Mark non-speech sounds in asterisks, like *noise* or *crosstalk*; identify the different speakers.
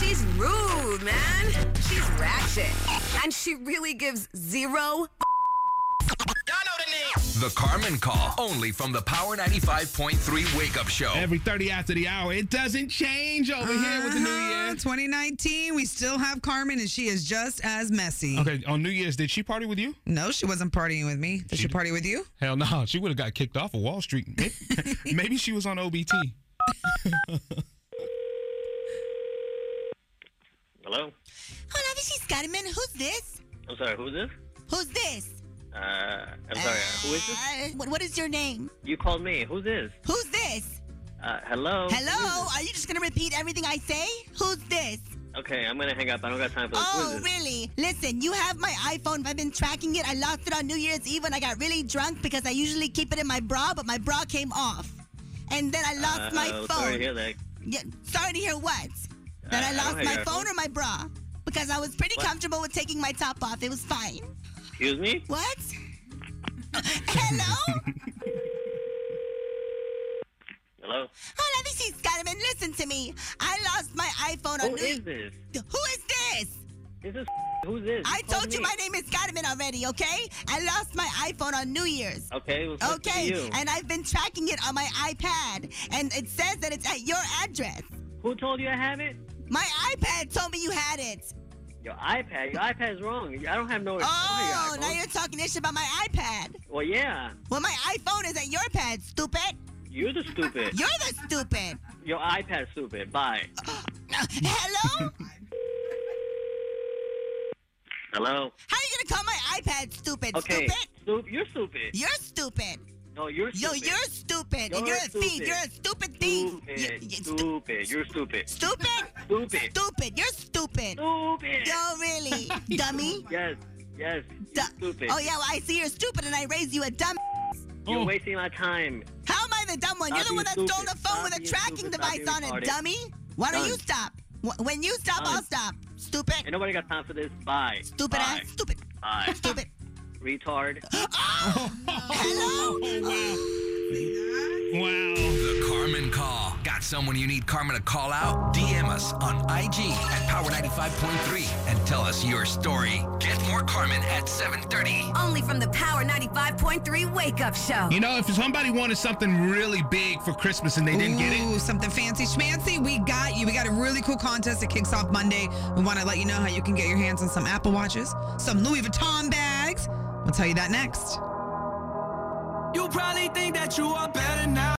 Speaker 1: She's rude, man. She's ratchet. And she really gives zero.
Speaker 2: The Carmen Call, only from the Power 95.3 Wake Up Show.
Speaker 3: Every 30 after the hour. It doesn't change over here with the new
Speaker 4: Uh-huh.
Speaker 3: year.
Speaker 4: 2019, we still have Carmen, and she is just as messy.
Speaker 3: Okay, on New Year's, did she party with you?
Speaker 4: No, she wasn't partying with me. Did she, party with you?
Speaker 3: Hell no. She would have got kicked off of Wall Street. Maybe, *laughs* maybe she was on OBT.
Speaker 5: Hello?
Speaker 6: Hola, Vichy's Carmen. Who's this?
Speaker 5: I'm sorry, who's this?
Speaker 6: Who's this?
Speaker 5: Uh, I'm sorry, uh, who is
Speaker 6: *sighs*
Speaker 5: this?
Speaker 6: Uh, what, what is your name?
Speaker 5: You called me. Who's this?
Speaker 6: Who's this?
Speaker 5: Uh, hello?
Speaker 6: Hello? Are you just going to repeat everything I say? Who's this?
Speaker 5: Okay, I'm gonna hang up. I don't got time for this. who
Speaker 6: Oh,
Speaker 5: is this?
Speaker 6: really? Listen, you have my iPhone. I've been tracking it. I lost it on New Year's Eve when I got really drunk because I usually keep it in my bra, but my bra came off. And then I lost
Speaker 5: uh,
Speaker 6: my
Speaker 5: oh,
Speaker 6: phone.
Speaker 5: Sorry to hear that.
Speaker 6: Yeah, sorry to hear what? That
Speaker 5: Uh,
Speaker 6: I
Speaker 5: I
Speaker 6: lost
Speaker 5: don't
Speaker 6: my
Speaker 5: hear.
Speaker 6: phone or my bra? Because I was pretty
Speaker 5: What?
Speaker 6: comfortable with taking my top off. It was fine.
Speaker 5: Excuse me?
Speaker 6: What? *laughs*
Speaker 5: *laughs*
Speaker 6: Hello?
Speaker 5: Hello?
Speaker 6: Hola, this is Carmen. Listen to me. I lost my iPhone on
Speaker 5: Who
Speaker 6: New
Speaker 5: is this?
Speaker 6: Who is this?
Speaker 5: This is *laughs* who's this?
Speaker 6: I
Speaker 5: called
Speaker 6: told you
Speaker 5: Oh, me.
Speaker 6: my name is Carmen already, okay? I lost my iPhone on New Year's.
Speaker 5: Okay, well, so
Speaker 6: Okay,
Speaker 5: Oh, you.
Speaker 6: and I've been tracking it on my iPad, and it says that it's at your address.
Speaker 5: Who told you I have it?
Speaker 6: My iPad told me you had it.
Speaker 5: Your iPad. Your iPad's wrong. I don't have no. I don't
Speaker 6: Oh,
Speaker 5: have your
Speaker 6: now
Speaker 5: iPhone.
Speaker 6: you're talking this shit about my iPad.
Speaker 5: Well, yeah.
Speaker 6: Well, my iPhone is at your pad, stupid.
Speaker 5: You're the
Speaker 6: *laughs*
Speaker 5: stupid.
Speaker 6: You're the stupid.
Speaker 5: Your iPad's stupid. Bye.
Speaker 6: Hello?
Speaker 5: Hello?
Speaker 6: How are you gonna call my iPad stupid?
Speaker 5: Okay.
Speaker 6: Stupid?
Speaker 5: Stoop, you're stupid.
Speaker 6: You're stupid.
Speaker 5: No, you're
Speaker 6: Yo,
Speaker 5: stupid.
Speaker 6: you're stupid, and you're
Speaker 5: You're
Speaker 6: a thief.
Speaker 5: stupid.
Speaker 6: You're a stupid thief. You-
Speaker 5: stupid.
Speaker 6: you- stu-
Speaker 5: Stupid. You're stupid.
Speaker 6: stupid,
Speaker 5: Stupid.
Speaker 6: stupid. You're stupid.
Speaker 5: Stupid.
Speaker 6: Yo, really,
Speaker 5: *laughs*
Speaker 6: dummy.
Speaker 5: Yes, yes.
Speaker 6: Du-
Speaker 5: You're stupid.
Speaker 6: Oh yeah, well, I see you're stupid, and I raised you a dumb.
Speaker 5: You're
Speaker 3: Oh.
Speaker 5: wasting my time.
Speaker 6: How am I the dumb one?
Speaker 5: Stop
Speaker 6: you're the one that
Speaker 5: being
Speaker 6: stole the
Speaker 5: stupid.
Speaker 6: phone
Speaker 5: Stop
Speaker 6: with a
Speaker 5: being
Speaker 6: tracking
Speaker 5: stupid. Stop
Speaker 6: device
Speaker 5: being
Speaker 6: on it,
Speaker 5: retarded.
Speaker 6: dummy. Why don't
Speaker 5: Done.
Speaker 6: you stop? Wh- When you stop, I'll
Speaker 5: Done.
Speaker 6: stop. Stupid,
Speaker 5: Ain't nobody got time for this. Bye.
Speaker 6: stupid
Speaker 5: Bye.
Speaker 6: ass, stupid,
Speaker 5: Bye. *laughs*
Speaker 6: stupid. *laughs*
Speaker 5: Retard.
Speaker 6: Hello.
Speaker 3: Wow.
Speaker 2: The Carmen Call. Got someone you need Carmen to call out? DM us on IG at Power 95.3 and tell us your story. Get more Carmen at 730.
Speaker 1: Only from the Power 95.3 Wake Up Show.
Speaker 3: You know, if somebody wanted something really big for Christmas and they didn't get it,
Speaker 4: Ooh, something fancy schmancy. We got you. We got a really cool contest that kicks off Monday. We want to let you know how you can get your hands on some Apple Watches, some Louis Vuitton bags. We'll tell you that next.
Speaker 7: You probably think that you are better now.